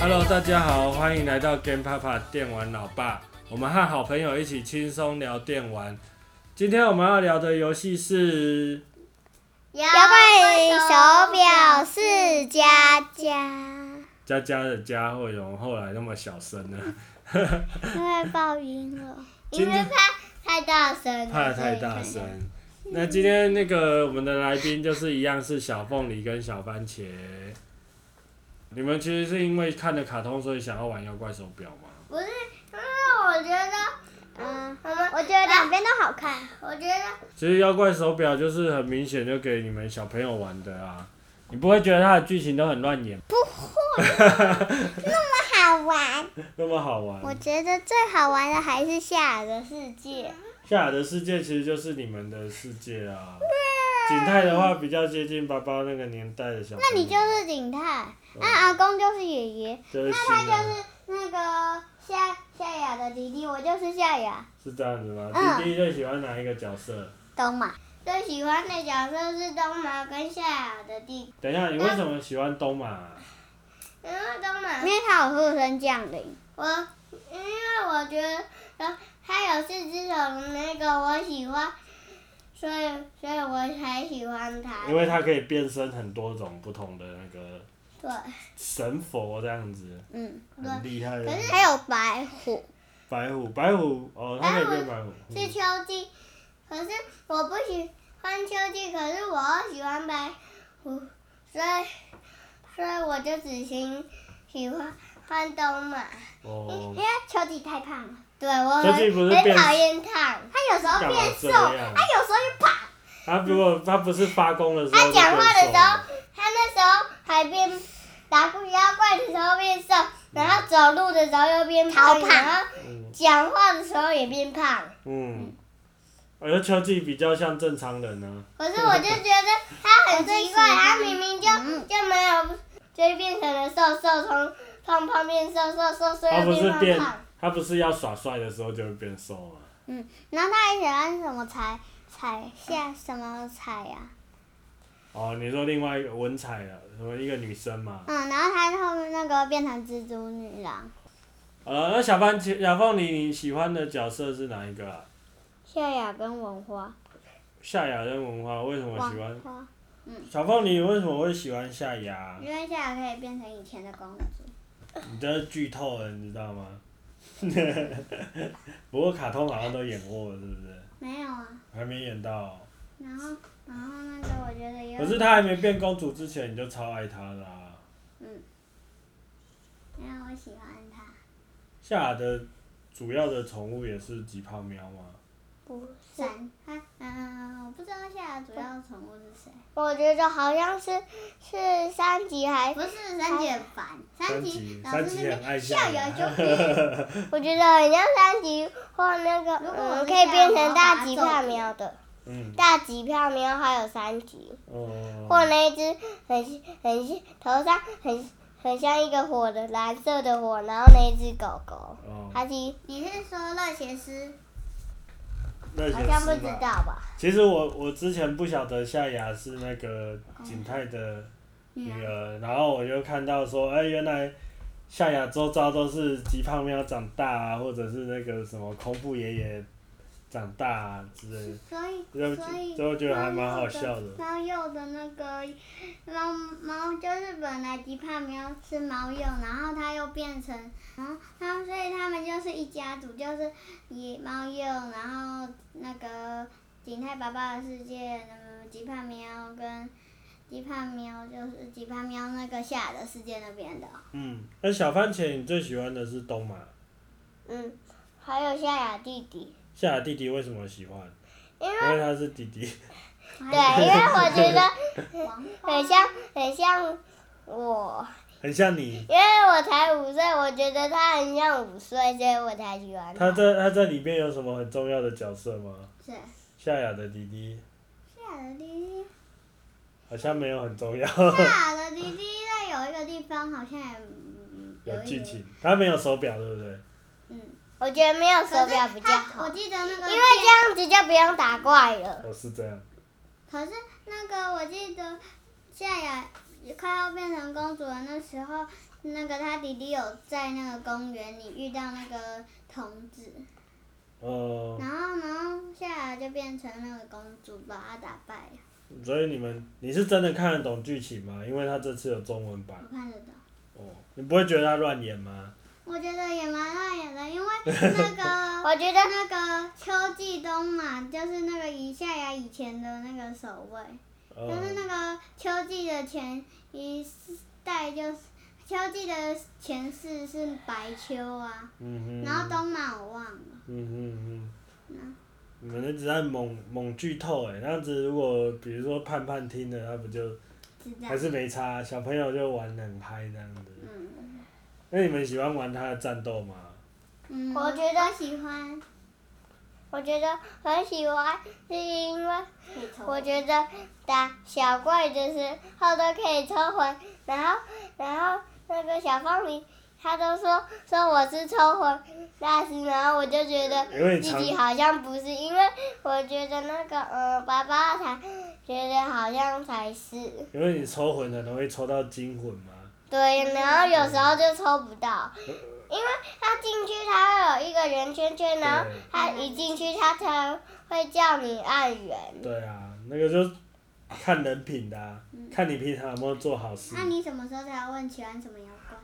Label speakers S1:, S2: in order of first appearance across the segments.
S1: Hello，大家好，欢迎来到 Game Papa 电玩老爸，我们和好朋友一起轻松聊电玩。今天我们要聊的游戏是
S2: 摇
S3: 摇怪手表是佳佳，
S1: 佳佳的家，为什么后来那么小声呢？
S3: 因为爆音了。
S1: 今
S2: 因为
S1: 天
S2: 怕太大声了，
S1: 怕得太大声。那今天那个我们的来宾就是一样是小凤梨跟小番茄。你们其实是因为看了卡通，所以想要玩妖怪手表吗？
S2: 不是，因为我觉得，
S3: 嗯，
S2: 我们，
S3: 我觉得两边都好看。
S2: 我觉 得
S1: 其实妖怪手表就是很明显就给你们小朋友玩的啊，你不会觉得它的剧情都很乱演，
S3: 不好玩，
S1: 那么好
S3: 我
S1: 玩。
S3: 觉得最好玩的还是夏尔的世界。
S1: 夏尔的世界其实就是你们的世界啊。景泰的话比较接近爸爸那个年代的小朋友。
S3: 那你就是景泰，那阿公就是爷爷，
S1: 嗯就是
S3: 他
S1: 新
S3: 就
S1: 的，
S3: 是那个夏夏雅的弟弟，我就是夏雅，
S1: 是这样子吗？
S3: 嗯
S1: 弟弟最喜欢哪一个角色？
S3: 懂吗？
S2: 最喜欢的角色是东马跟夏雅的弟弟，
S1: 等一下，你为什么喜欢东马啊？
S2: 因为东马
S3: 因为他有附身降临，
S2: 我因为我觉得他有四只熊，那个我喜欢，所以所以我才喜欢
S3: 嗯
S2: 他。
S1: 因为它可以变身很多种不同的那个
S2: 对，
S1: 神佛这样子，
S3: 嗯，
S1: 很厉害的。
S3: 还有白虎，
S1: 白虎，白虎哦，它可以变白虎。
S2: 是
S1: 嗯
S2: 秋季，可是我不喜欢秋季，可是我又喜欢白虎，所以所以我就只行喜欢换东马。
S1: 哦
S3: 因，为丘吉太胖了，
S2: 对我
S1: 秋
S2: 很
S1: 季不是
S2: 很
S1: 变
S2: 讨厌烫，
S3: 他有时候
S1: 干嘛
S3: 变瘦，
S1: 这样
S3: 他有时候又胖。
S1: 它如果它啊不是发功的时候，
S2: 他讲话的时候
S1: 就变瘦了
S2: 他那时候还变打过妖怪的时候变瘦，然后走路的时候又变
S3: 超
S2: 胖，
S3: 胖
S2: 然后
S1: 嗯
S2: 讲话的时候也变胖。
S1: 嗯，而秋季比较像正常人啊呢、
S2: 可是我就觉得他
S3: 我
S2: 很奇怪，
S3: 最喜欢
S2: 他明明就
S3: 嗯
S2: 就没有，就变成了瘦瘦，从胖胖变瘦瘦瘦，
S3: 啊
S2: 瘦
S1: 他
S2: 又
S1: 不是
S2: 变
S1: 变
S2: 胖胖。，
S1: 他不是要耍帅的时候就会变瘦啊嘛。
S3: 嗯，然后他还喜欢什么彩彩下什么彩啊呀、
S1: 哦，你说另外一个文采的，什么一个女生嘛？
S3: 嗯，然后他后面那个变成蜘蛛女郎，
S1: 呃，那小番茄、小凤梨，你喜欢的角色是哪一个啊？
S3: 夏雅跟文花，
S1: 夏雅跟文花，为什么喜欢啊
S3: 文？花，
S1: 小凤梨为什么会喜欢夏雅？
S3: 因为夏雅可以变成以前的公主。
S1: 你这是剧透了，你知道吗？ 不过卡通好像都演过了，是不是？
S3: 没有啊，
S1: 还没演到哦、
S3: 然后然后那个我觉得也有
S1: 可是她还没变公主之前，你就超爱啊她啦、
S3: 因为我喜欢她，
S1: 夏雅的主要的宠物也是吉泡喵吗？
S3: 不闪她，嗯，我不知道夏雅主要宠物是谁，
S2: 我觉得好像是是三级还
S3: 不是三姐烦，
S1: 三
S3: 级
S1: 级，
S3: 老
S1: 三
S3: 师
S1: 级
S3: 那
S1: 很
S3: 边
S1: 爱啊夏
S3: 校 友
S1: 雅。
S3: 就变，
S2: 我觉得很像三级或那个，
S3: 如果我
S2: 嗯，
S3: 是
S2: 可以
S3: 夏
S2: 变成
S3: 娃
S2: 大
S3: 把
S2: 吉
S3: 它揍
S2: 泡喵的，
S1: 嗯，
S2: 大吉泡喵还有三级，或
S1: 哦，
S2: 那一只很像很像头上很很像一个火的蓝色的火，然后那一只狗狗，
S1: 哦，
S2: 它其实
S3: 你是说乐邪师？
S1: 那
S2: 好像不
S1: 些
S2: 知
S1: 是吧？
S2: 道吧？
S1: 其实我我之前不晓得夏雅是那个景泰的女儿，然后我就看到说，哎、原来夏雅周遭都是吉胖喵长大啊，或者是那个什么空腹爷爷长大啊之类的，
S3: 所
S1: 就
S3: 以所以
S1: 就觉得还蛮好笑的。
S3: 猫鼬的那个猫猫就是本来吉帕喵是猫鼬，然后它又变成，然后它们所以它们就是一家族，就是以猫鼬，然后那个景泰爸爸的世界，嗯，吉帕喵跟吉帕喵就是吉帕喵那个下的世界那边的。
S1: 嗯，那小番茄你最喜欢的是东马，
S2: 嗯，还有夏雅弟弟。
S1: 夏雅弟弟为什么喜欢？
S2: 因为
S1: 因为他是弟弟。
S2: 对，因为我觉得
S3: 王
S2: 很 像很像我，
S1: 很像你。
S2: 因为我才五岁，我觉得他很像五岁，所以我才喜欢
S1: 他
S2: 他。
S1: 在他在里面有什么很重要的角色吗？
S3: 是
S1: 夏雅的弟弟
S3: 下的弟弟，
S1: 好像没有很重要，
S3: 下的弟弟在有一个地方好像也嗯
S1: 有
S3: 一
S1: 剧
S3: 点
S1: 情。他没有手表，对不对？
S2: 我觉得没有
S3: 手表
S2: 手表
S3: 比
S2: 比
S3: 较
S2: 较
S3: 好。
S2: 好，
S3: 哎记得那个
S2: 因为这样子就不用打怪了。
S1: 哦，是这样。
S3: 可是那个我记得夏雅快要变成公主的那时候，那个他弟弟有在那个公园里遇到那个童子，
S1: 哦、
S3: 然后呢，夏雅就变成那个公主，把他打败了。
S1: 所以你们你是真的看得懂剧情吗？因为他这次有中文版
S3: 我看得懂，
S1: 哦，你不会觉得他乱演吗？
S3: 我觉得也蛮亮眼的，因为那个
S2: 我觉得
S3: 那个秋季冬嘛，就是那个以夏雅以前的那个守卫，
S1: 哦
S3: 就是那个秋季的前一代就是秋季的前世是白秋啊，
S1: 嗯哼，
S3: 然后冬嘛我忘了。
S1: 嗯哼嗯哼，你们一直在猛猛剧透哎、那样子如果比如说盼盼听了，他不就
S3: 知道
S1: 还是没差，小朋友就玩得很嗨这样子。
S3: 嗯
S1: 那你们喜欢玩他的战斗吗？
S3: 嗯，
S2: 我觉得
S3: 喜欢。
S2: 我觉得很喜欢，是因为我
S3: 我觉
S2: 觉得打小怪的时候都可以抽魂，然后然后那个小凤梨他都说说我是抽魂大师，然后我就觉得
S1: 因为
S2: 自
S1: 常
S2: 己好像不是，因为我觉得那个呃爸爸才觉得好像才是
S1: 因为你抽魂很容易抽到金魂嘛。
S2: 对，然后有时候就抽不到。因为他进去，他会有一个圆圈圈，然后
S1: 对
S2: 他一进去，他才会叫你按圆。
S1: 对啊，那个就看人品的、啊，看你平常有没有做好事
S3: 嗯那、。你什么时候才问喜欢什么妖怪？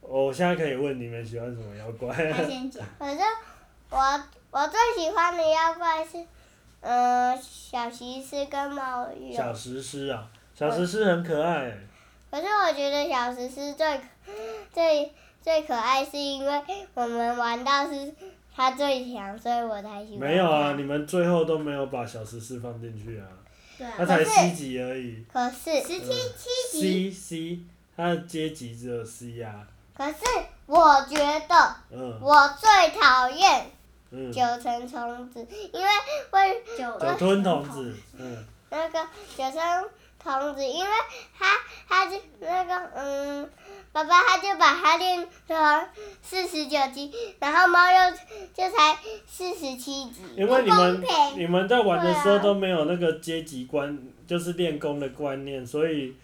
S1: 我现在可以问你们喜欢什么妖怪？
S3: 他先 讲。
S2: 可是我我最喜欢的妖怪是，呃，小骑士跟猫
S3: 哦
S2: 哦鼬。
S1: 小石狮啊，小石狮很可爱、
S2: 可是我觉得小石狮最 最最可爱，是因为我们玩到是它最强，所以我才喜欢它。
S1: 没有啊，你们最后都没有把小石狮放进去啊，
S3: 对啊
S1: 它才 C 级而已。
S2: 可
S1: 呃
S2: 是
S3: 十七七
S1: C
S3: 级，
S1: C，它的阶级只有 C 啊。
S2: 可是我觉得
S1: 嗯
S2: 我最讨厌
S1: 嗯。
S2: 九层虫子，因为为
S3: 九
S1: 酒吞童子，嗯，
S2: 那个九层童子，因为他他就那个嗯，爸爸他就把他练成四十九级，然后猫又就才四十七级。
S1: 因为你们
S3: 不公平
S1: 你们在玩的时候
S2: 对啊
S1: 都没有那个阶级观，就是练功的观念，所以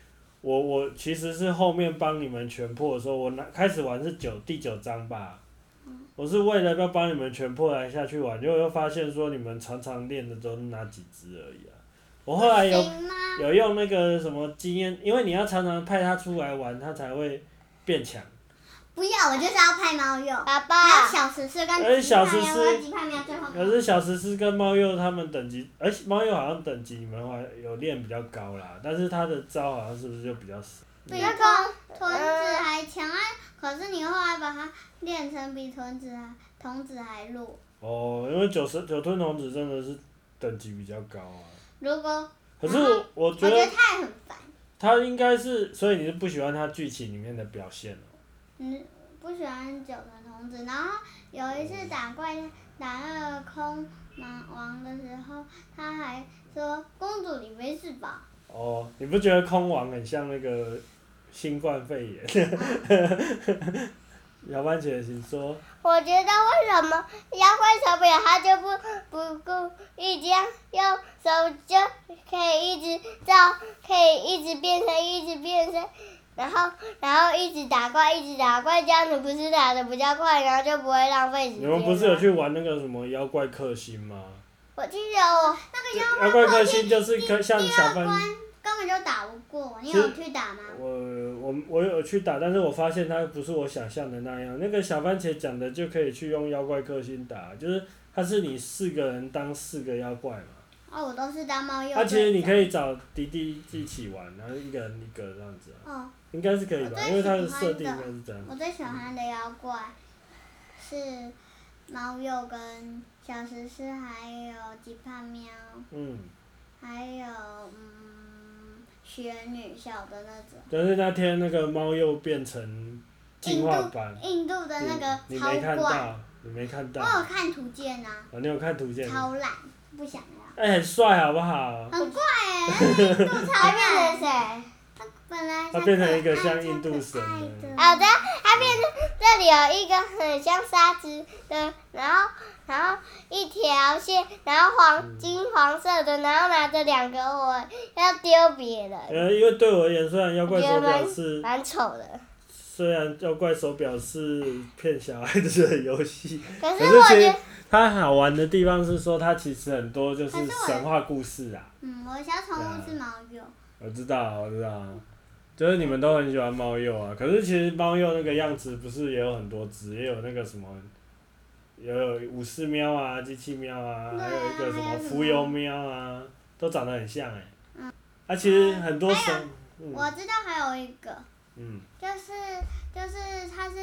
S1: 我我其实是后面帮你们全破的时候，我拿开始玩是九第九章吧，我是为了要帮你们全破来下去玩，结果又发现说你们常常练的都是那几只而已啊，我后来有
S3: 行吗？
S1: 有用那个什么经验，因为你要常常派他出来玩，他才会变强。
S3: 不要，我就是要拍猫鼬。
S2: 爸
S3: 还有
S2: 爸，
S3: 小石狮跟
S1: 哎
S3: 吉帕
S1: 小石
S3: 喵，
S1: 狮
S3: 跟吉帕喵最后。
S1: 可是小石狮跟猫鼬他们等级，而且猫鼬好像等级你们好像有练比较高啦，但是它的招好像是不是就比较少？
S3: 比个豚子还强啊！可是你后来把它练成比豚子还童子还弱。
S1: 哦，因为九十九吞童子真的是等级比较高啊。
S3: 如果
S1: 可是
S3: 嗯
S1: 我
S3: 我
S1: 觉
S3: 觉得
S1: 得
S3: 太很烦，
S1: 它应该是，所以你是不喜欢它剧情里面的表现哦。
S3: 嗯，不喜欢九个童子。然后有一次打怪打那个空蛮王的时候，他还说公主你没事吧？
S1: 哦，你不觉得空王很像那个新冠肺炎？ 小番茄请说，
S2: 我觉得为什么妖怪手表他就不不故意这样用手就可以一直照，可以一直变身，一直变身。然后，然后一直打怪，一直打怪，这样子不是打的比较快，然后就不会浪费时间
S1: 你
S2: 吗。
S1: 们不是有去玩那个什么妖怪克星吗？
S2: 我记得我
S1: 妖怪克星就是跟像
S3: 第
S1: 小
S3: 二
S1: 番
S3: 关根本就打不过，
S1: 其
S3: 你
S1: 实
S3: 有去打吗？
S1: 我我我有去打，但是我发现它不是我想象的那样。那个小番茄讲的就可以去用妖怪克星打，就是它是你四个人当四个妖怪嘛。
S3: 哦，我都是当猫鼬。
S1: 啊，其实你可以找弟弟一起玩，然后一个人一个这样子啊，
S3: 哦，
S1: 应该是可以
S3: 我
S1: 吧？
S3: 最
S1: 因为它的
S3: 喜欢
S1: 设
S3: 的
S1: 定应该是这样。
S3: 我最喜欢的妖怪是猫鼬跟小石狮，还有吉帕喵，
S1: 嗯，
S3: 还有嗯雪女小的那种。
S1: 但是那天那个猫又变成进化版，嗯
S3: 印度的那个哦
S1: 你你没
S3: 超
S1: 看
S3: 怪，
S1: 到，你没看
S3: 我
S1: 到，
S3: 有
S1: 啊，
S3: 看图鉴啊，
S1: 你有看图鉴？
S3: 超烂，不想啊要。
S1: 哎，很帅好不 好？
S3: 很怪哎、那印度超
S2: 他变
S3: 烂。
S2: 成谁？
S3: 他本来
S1: 他变成一个像印度神的
S3: 的。
S2: 好的，它变成这里有一个很像沙子的，然后然后一条线，然后黄金黄色的，然后拿着两个我要丢别人，
S1: 呃，因为对我而言，虽然妖怪手表是
S2: 蛮丑的。
S1: 虽然妖怪手表是骗小孩子的游 戏，
S2: 可
S1: 可
S2: 是我
S1: 其
S2: 觉
S1: 实
S2: 得，
S1: 它好玩的地方是说，它其实很多就是
S3: 可是我
S1: 神话故事啊。
S3: 嗯，我的小宠物是猫鼬，
S1: 我知道，我知道，就是你们都很喜欢猫鼬啊。可是其实猫鼬那个样子不是也有很多只，也有那个什么，也有武士喵啊、机器喵啊，
S3: 对啊
S1: 还有一个什么
S3: 还有什么嗯
S1: 浮游喵啊，都长得很像哎、啊，其实很多神，嗯
S3: 我知道还有一个，
S1: 嗯，
S3: 就是就是它是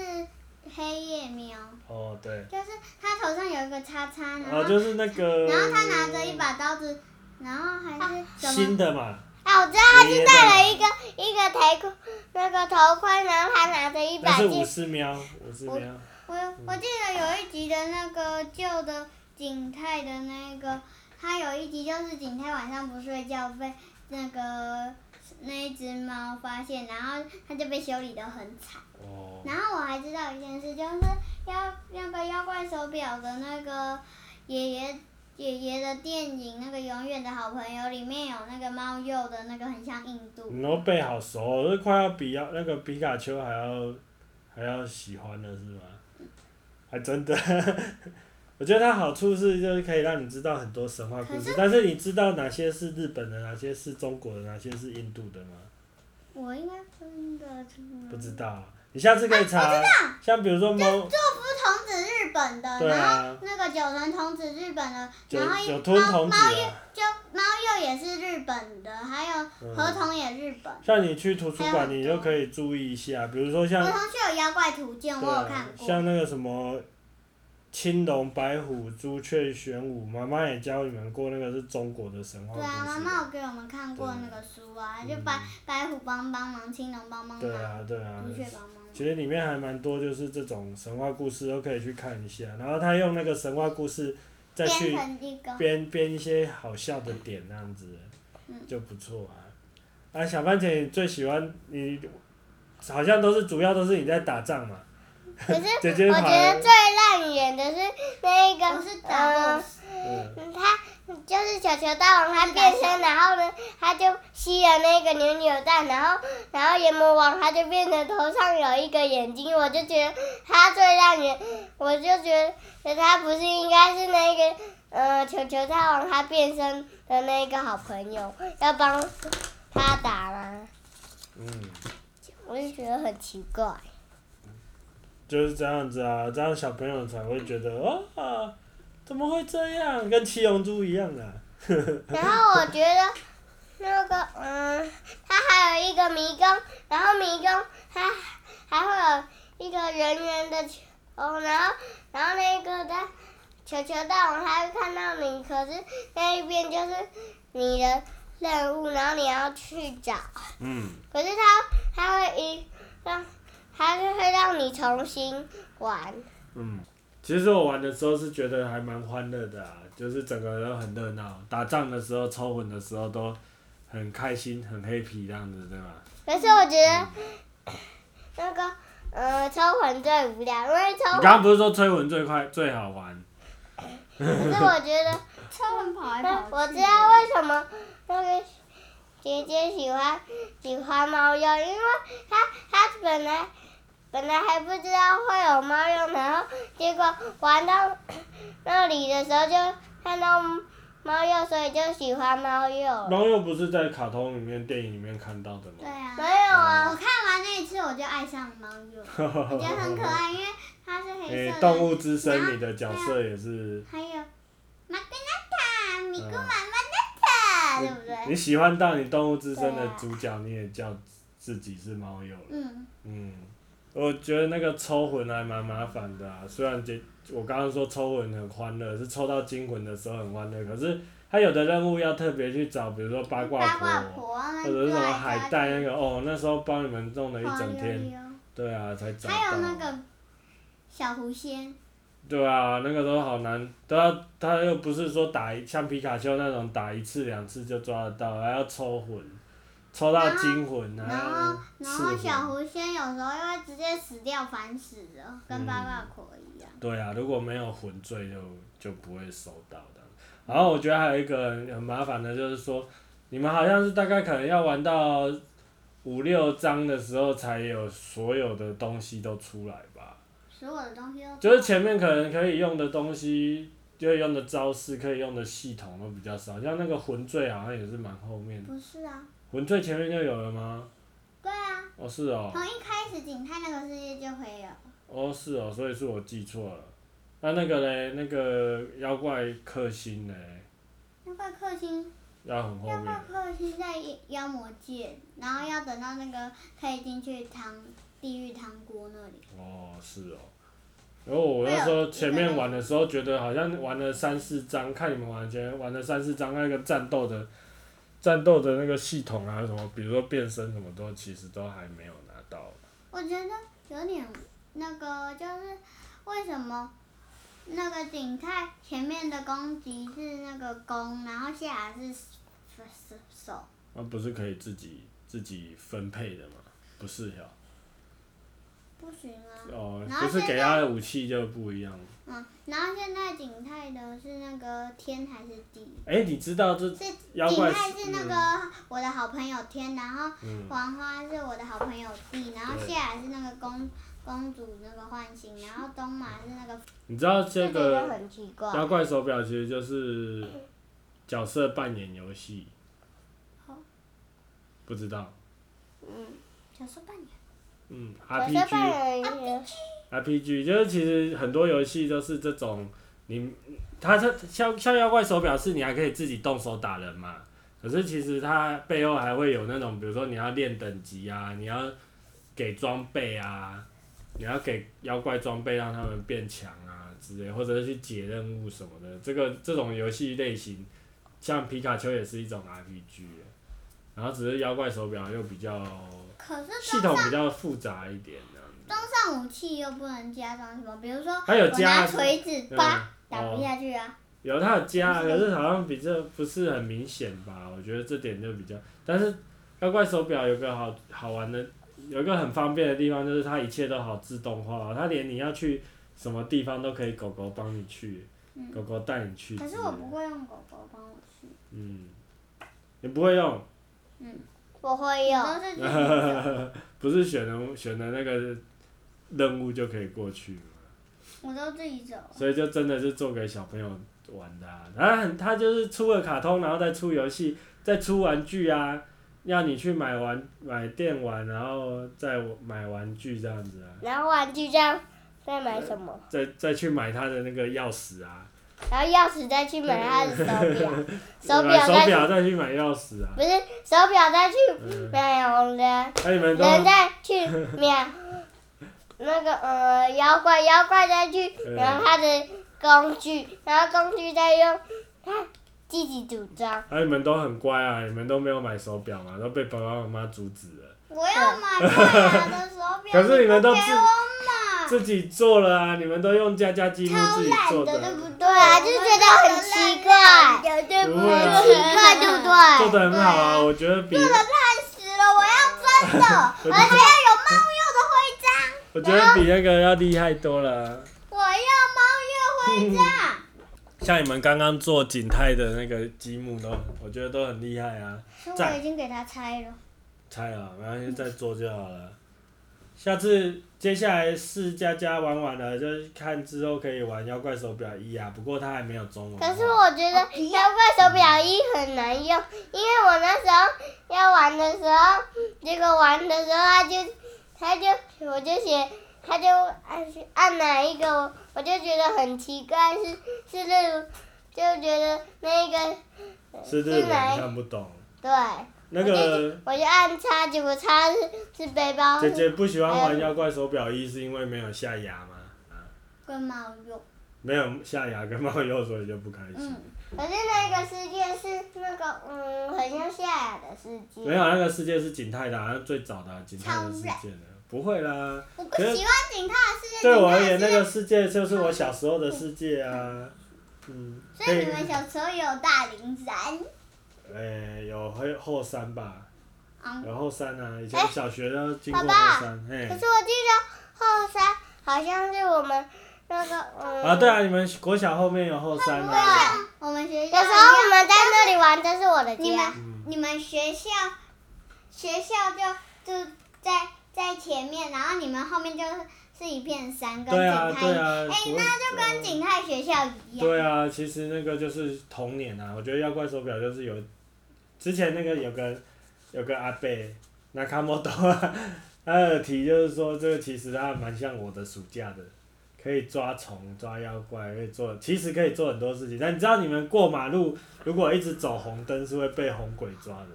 S3: 黑夜喵，
S1: 哦对，
S3: 就是它头上有一个叉叉，然
S1: 啊
S3: 后、
S1: 就是那个
S3: 然后它拿着一把刀子，然后还是什
S1: 新
S3: 么？
S1: 的嘛，
S2: 啊，我知道他
S1: 爷爷
S2: 是
S1: 的
S2: 戴了一个一个头盔，那个头盔，然后他拿着一
S1: 那
S2: 把
S1: 是武
S2: 剑，
S1: 士喵，武士喵，
S3: 我我记得有一集的那个旧的景泰的那个，他有一集就是景泰晚上不睡觉被那个那一只猫发现，然后他就被修理得很惨。
S1: 哦，
S3: 然后我还知道一件事，就是妖那个妖怪手表的那个爷爷爷爷的电影那个《永远的好朋友》里面有那个猫鼬的那个很像印度。
S1: 你都背好熟、哦，这快要比要那个皮卡丘还要还要喜欢了是吗？还真的， 我觉得它好处是就是可以让你知道很多神话故
S3: 可
S1: 事，但是你知道哪些是日本的，哪些是中国的，哪些是印度的吗？
S3: 我应该分得出来
S1: 不。知道啊，你下次可以查，像比如说猫
S3: 不童子日本的，
S1: 对啊
S3: 然后那个九人童子日本的，
S1: 九
S3: 然后一
S1: 九吞
S3: 猫
S1: 童子
S3: 猫
S1: 啊
S3: 又就猫又也是日本的，还有
S1: 嗯
S3: 河童也日本。
S1: 像你去图书
S3: 还有
S1: 馆，
S3: 很
S1: 你
S3: 多
S1: 就可以注意一下，比如说像
S3: 河童是有妖怪图鉴，我有
S1: 对啊
S3: 看，过。
S1: 像那个什么青龙、白虎、朱雀、玄武，妈妈也教你们过那个是中国的神话故
S3: 对啊，妈
S1: 事。
S3: 妈有给我们看过
S1: 对
S3: 那个书啊，就白白虎帮帮忙，青龙帮
S1: 嗯
S3: 帮
S1: 对
S3: 忙，
S1: 啊，对啊
S3: 朱。雀帮帮忙。
S1: 其实里面还蛮多，就是这种神话故事都可以去看一下。然后他用那个神话故事再
S3: 编
S1: 去
S3: 成一个，
S1: 编编一些好笑的点，那样子
S3: 嗯
S1: 就不错啊。啊，小番茄，你最喜欢你好像都是主要都是你在打仗嘛？
S2: 可是
S1: 姐
S2: 我
S1: 姐
S2: 觉
S1: 牌
S2: 得最让眼的是那个，
S3: 我是打
S2: 嗯
S3: boss，
S1: 嗯，
S2: 他就是小球大王，他
S3: 是的
S2: 变
S3: 是
S2: 身，然后呢，他就吸了那个扭扭蛋，然后然后阎魔王他就变成头上有一个眼睛，我就觉得他最让人，我就觉得他不是应该是那个呃球球大王他变身的那个好朋友，要帮他打吗？
S1: 嗯。
S2: 我就觉得很奇怪。
S1: 就是这样子啊，这样小朋友才会觉得啊，怎么会这样？跟七龙珠一样啊。
S2: 然后我觉得那个嗯，它还有一个迷宫，然后迷宫它还会有一个圆圆的球，然后然后那个它球球大王它会看到你，可是那一边就是你的任务，然后你要去找，
S1: 嗯，
S2: 可是它它会一让它就会让你重新玩。
S1: 嗯，其实我玩的时候是觉得还蛮欢乐的啊，就是整个都很热闹，打仗的时候、抽魂的时候都很开心、很 happy 这样子，对吧？
S2: 可是我觉得那个呃抽魂最无聊，因为抽
S1: 你
S2: 魂。
S1: 刚刚不是说吹魂最快、最好玩？
S2: 可是我觉得，
S3: 超人跑来
S2: 那
S3: 跑去。
S2: 我知道为什么那个姐姐喜欢喜欢猫鼬，因为她她本来本来还不知道会有猫鼬，然后结果玩到那里的时候就看到猫鼬，所以就喜欢猫鼬了。
S1: 然后又不是在卡通里面、电影里面看到的
S3: 对
S1: 吗？
S3: 啊。
S2: 没有
S3: 我
S2: 啊，
S3: 看完那一次，我就爱上猫鼬，我觉得很可爱，因为它是黑
S1: 诶
S3: 色的。
S1: 哎动物之森里的角色也是，
S3: 还有马格纳塔，米咕马马纳塔，对不
S1: 嗯你
S3: 对？
S1: 喜欢到你动物之森的
S2: 对啊
S1: 主角，你也叫自己是猫鼬了。
S3: 嗯，
S1: 嗯，我觉得那个抽魂还蛮麻烦的啊。虽然这我刚刚说抽魂很欢乐，是抽到惊魂的时候很欢乐，可是它有的任务要特别去找，比如说八卦
S3: 八
S1: 婆，
S3: 卦婆啊那
S1: 或者是什么
S3: 个
S1: 海带那个哦，那时候帮你们弄了一整天，
S3: 天，
S1: 对啊，才找到。
S3: 还有那个小狐仙，
S1: 对啊，那个都好难，都要他又不是说打一像皮卡丘那种打一次两次就抓得到，还要抽魂，抽到
S3: 然后
S1: 惊魂，
S3: 啊然
S1: 后
S3: 后然后
S1: 刺
S3: 小
S1: 魂
S3: 狐仙有时候又会直接死掉烦死了，跟八
S1: 嗯
S3: 卦婆一样。
S1: 对啊，如果没有魂坠就就不会收到的。然后我觉得还有一个很麻烦的，就是说你们好像是大概可能要玩到五六章的时候才有所有的东西都出来吧。
S3: 所有的东西都
S1: 就是前面可能可以用的东西，可以用的招式，可以用的系统都比较少。像那个魂坠好像也是蛮后面的，
S3: 不是啊，
S1: 魂坠前面就有了吗？
S3: 对啊，
S1: 哦，是哦，
S3: 从一开始警探那个世界就会有，
S1: 哦是哦，所以是我记错了。那那个嘞，那个妖怪克星嘞，
S3: 那块克星，
S1: 要很后
S3: 那
S1: 面
S3: 块。克星在妖魔界，然后要等到那个可以进去糖地狱糖锅那里，
S1: 哦，是哦。然后我那时候前面玩的时候，觉得好像玩了三四章，看你们玩，觉得玩了三四章那个战斗的战斗的那个系统啊，什么比如说变身什么都，其实都还没有拿到。
S3: 我觉得有点那个，就是为什么那个警探前面的攻击是那个弓，然后下来是手手，
S1: 那、不是可以自己自己分配的吗？不是哦，
S3: 不行啊。
S1: 哦，
S3: 然后
S1: 就是
S3: 现
S1: 给
S3: 在
S1: 他的武器就不一样。
S3: 嗯，然后现在景泰的是那个天还是地？
S1: 哎、你知道这
S3: 是
S1: 妖怪
S3: 景泰是那个我的好朋友天，然后
S1: 嗯
S3: 黄花是我的好朋友地，然后
S1: 对
S3: 谢雅是那个公公主那个幻形，然后东马是那个
S1: 你知道
S2: 就
S1: 这
S2: 觉得
S1: 个
S2: 很奇怪。
S1: 妖怪手表其实就是角色扮演游戏
S3: 好。
S1: 不知道，
S2: 嗯，
S3: 小说扮演。
S1: 嗯
S2: 角色扮
S1: ，RPG
S2: 演也
S1: RPG 就是其实很多游戏都是这种，你它它像像妖怪手表是你还可以自己动手打人嘛，可是其实它背后还会有那种，比如说你要练等级啊，你要给装备啊，你要给妖怪装备让他们变强啊之类，或者是去解任务什么的。这个这种游戏类型，像皮卡丘也是一种 RPG，然后只是妖怪手表又比较
S3: 可是
S1: 系
S3: 装
S1: 统比较复杂一点这样子
S3: 装上武器又不能加装什么，比如说
S1: 它有
S3: 我
S1: 加
S3: 拿锤子
S1: 嗯
S3: 叭打
S1: 哦
S3: 不下去啊，
S1: 有他有加，
S3: 不
S1: 可
S3: 是
S1: 是好像比这不是很明显吧？我觉得这点就比较，但是妖怪手表有个好好玩的，有一个很方便的地方就是它一切都好自动化，它连你要去什么地方都可以狗狗帮你去，
S3: 嗯
S1: 狗狗带你去之
S3: 可
S1: 类的。
S3: 是我不会用狗狗帮我去，
S1: 嗯，你不会用，
S2: 我会
S3: 我
S2: 用，
S3: 都是自己走
S1: 不是选的选的那个任务就可以过去吗？
S3: 我都自 己走。
S1: 所以就真的是做给小朋友玩的、啊。然后很他就是出了卡通，然后再出游戏，再出玩具啊，要你去买玩买电玩，然后再买玩具这样子啊，
S2: 然后玩具这样再买什么，
S1: 再再去买他的那个钥匙啊，
S2: 然后钥匙再去买他的手 表，手
S1: 买
S2: 表
S1: 手
S2: 再去
S1: 表再去买钥匙啊。
S2: 不是手表再去
S1: 嗯，
S2: 买红人，
S1: 哎那、你们都
S2: 人再去秒那个呃妖怪，妖怪再去
S1: 嗯
S2: 秒他的工具，然后工具再用他自己组装。
S1: 哎那、你们都很乖啊，你们都没有买手表嘛，都被爸爸妈妈阻止了。
S3: 我要买啊戴尔的手表，
S1: 可是你们都
S3: 不给
S1: 自
S3: 我买，
S1: 自己做了啊，你们都用家家积木自己做
S3: 超懒的对不对
S2: 对啊，就觉得很奇怪，对
S1: 不
S2: 不
S1: 会啊
S2: 很奇怪，对不
S1: 做
S2: 对？
S1: 的很好啊，我觉得比
S3: 烂死了！我要真的，
S1: 我
S3: 而且要有猫鼬的徽章，
S1: 我觉得比那个要厉害多了啊。
S3: 我要猫鼬徽章。
S1: 像你们刚刚做景泰的那个积木都，我觉得都很厉害啊。
S3: 可是
S1: 赞
S3: 我已经给他拆了，
S1: 拆了，然后就再做就好了。下次接下来是佳佳玩完了，就是看之后可以玩妖怪手表一啊。不过它还没有中文化。
S2: 可是我觉
S3: 哦
S2: 得妖怪手表一很难用，因为我那时候要玩的时候，结果玩的时候他就他就我就写他就按按哪一个，我我就觉得很奇怪，是是日就觉得那个
S1: 是日文看不懂。
S2: 对，
S1: 那个
S2: 我就按叉，结果叉是是背包，
S1: 姐姐不喜欢玩妖怪手表
S2: 嗯
S1: 一，是因为没有下牙吗？啊，
S3: 跟猫鼬。
S1: 没有下牙跟猫鼬，所以就不开心。
S3: 嗯，
S2: 可是那个世界是那个嗯，很像夏亚的世界。
S1: 没有，那个世界是景泰的、啊，那最早的、啊、景泰的世界
S3: 超
S1: 的，不会啦。
S3: 我不喜欢警探的世界。
S1: 对我
S3: 警
S1: 而
S3: 探
S1: 言，
S3: 的
S1: 那
S3: 世
S1: 个世界就是我小时候的世界啊。嗯，
S3: 界所以你们小时候也有大灵山，
S1: 呃、有后后山吧，
S2: 哦
S3: 嗯，
S1: 有后山啊，以前小学都经过
S2: 爸爸
S1: 后山，嘿、
S2: 可是我记得后山好像是我们那个嗯。
S1: 啊，对。啊，你们国小后面有后山啊，
S3: 像我们学校
S2: 有
S3: 一
S2: 时候我
S3: 样，
S1: 嗯
S2: 们在那里玩，这是我的
S3: 你
S2: 家。
S3: 们你们学校学校就就在在前面，然后你们后面就是是一片山，跟
S1: 对啊
S3: 景泰
S1: 对
S3: 一样，
S1: 啊，
S3: 哎、
S1: 所以
S3: 那就跟景泰学校一样。
S1: 对啊，其实那个就是童年啊，我觉得妖怪手表就是有，之前那个有个有个阿贝那卡莫多啊， 他的题就是说这个其实他蛮像我的暑假的，可以抓虫、抓妖怪，可以做，其实可以做很多事情。但你知道你们过马路如果一直走红灯是会被红鬼抓的，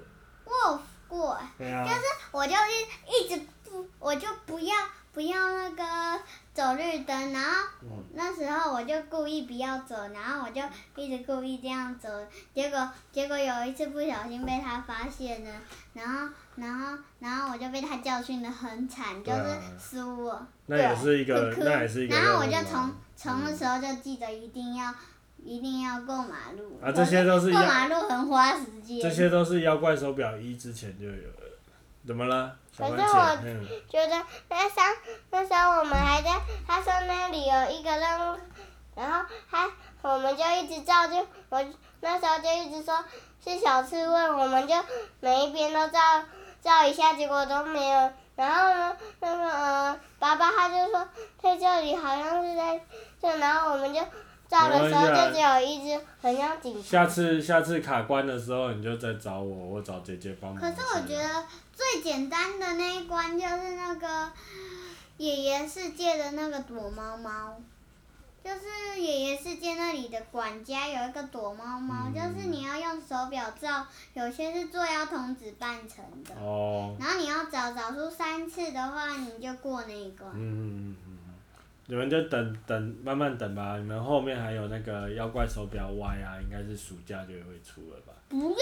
S3: 我有过、哎
S1: 对啊，
S3: 我就是一直不，我就不要不要那个走绿灯，然后
S1: 嗯
S3: 那时候我就故意不要走，然后我就一直故意这样走，结果结果有一次不小心被他发现了，然后然后然后我就被他教训的很惨，就
S1: 对啊
S3: 是输我，
S1: 那也是一个
S3: 对，
S1: 啊那也是一个
S3: 然后我
S1: 任务
S3: 就
S1: 啊
S3: 从从那时候就记得一定要一定要过马路，
S1: 啊这些都是
S3: 可
S1: 一
S3: 过
S1: 样
S3: 马路很花时间，
S1: 这些都是妖怪手表一之前就有了，怎么了？小番
S2: 可是
S1: 茄
S2: 我，
S1: 嗯，
S2: 觉得那时候那时候我们还在他说那里有一个任务，然后他我们就一直照就我那时候就一直说是小刺猬，我们就每一边都照照一下，结果都没有。然后呢，那个呃，爸爸他就说在这里好像是在这，然后我们就照的时候
S1: 没关
S2: 就
S1: 系啊
S2: 只有一只，很像警察。
S1: 下次下次卡关的时候你就再找我，我找姐姐帮忙。
S3: 可是我觉得最简单的那一关就是那个爷爷世界的那个躲猫猫，就是爷爷世界那里的管家有一个躲猫猫，
S1: 嗯
S3: 就是你要用手表照，有些是做要童子扮成的，
S1: 哦，
S3: 然后你要找找出三次的话，你就过那一关。
S1: 嗯嗯嗯嗯，嗯你们就等等慢慢等吧，你们后面还有那个妖怪手表 Y 啊，应该是暑假就会出了吧？
S3: 不要，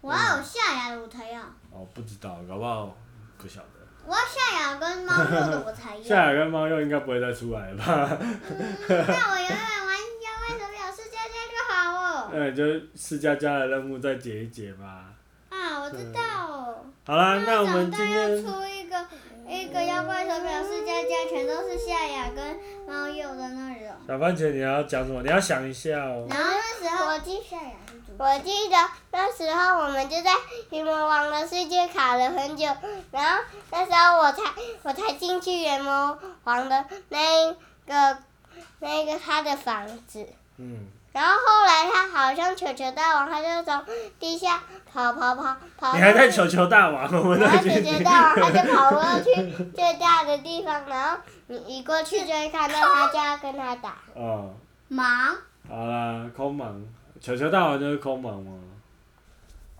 S3: 我要有下牙的我才要，
S1: 哦，不知道，搞不好不晓得。
S3: 我要下牙跟猫肉的我才要。
S1: 夏雅跟猫又应该不会再出来了吧？
S3: 那我永远玩妖怪手表世界就好哦。
S1: 那你就四加加的任务再解一解吧。
S3: 啊，我知道哦。
S1: 好啦，那我
S3: 长
S1: 们
S3: 大
S1: 今
S3: 要
S1: 天。
S3: 出一个一个妖怪手表世家家，全都是夏雅跟猫鼬的那种。
S1: 小番茄，你要讲什么？你要想一下哦。
S3: 然后那时候
S2: 我
S3: 记夏雅是主
S2: 我记得那时候我们就在云魔王的世界卡了很久，然后那时候我才我才进去云魔王的那个那个他的房子，
S1: 嗯，
S2: 然后后来他好像球球大王，他就从地下跑跑跑跑，
S1: 你还在球球大王，我们
S2: 然
S1: 在
S2: 后姐姐大王他 就跑过去最大的地方，然后你一过去就会看到他，就要跟他打。
S1: 哦，
S3: 忙，
S1: 好啦，空盲，球球大王就是空盲嘛。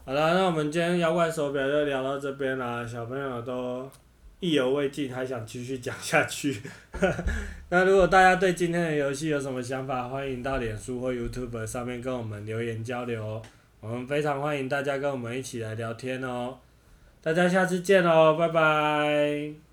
S1: 好啦，那我们今天妖怪手表就聊到这边啦，小朋友都意犹未尽，还想继续讲下去。 那如果大家对今天的游戏有什么想法，欢迎到脸书或 YouTube 上面跟我们留言交流哦。我们非常欢迎大家跟我们一起来聊天哦。大家下次见哦，拜拜。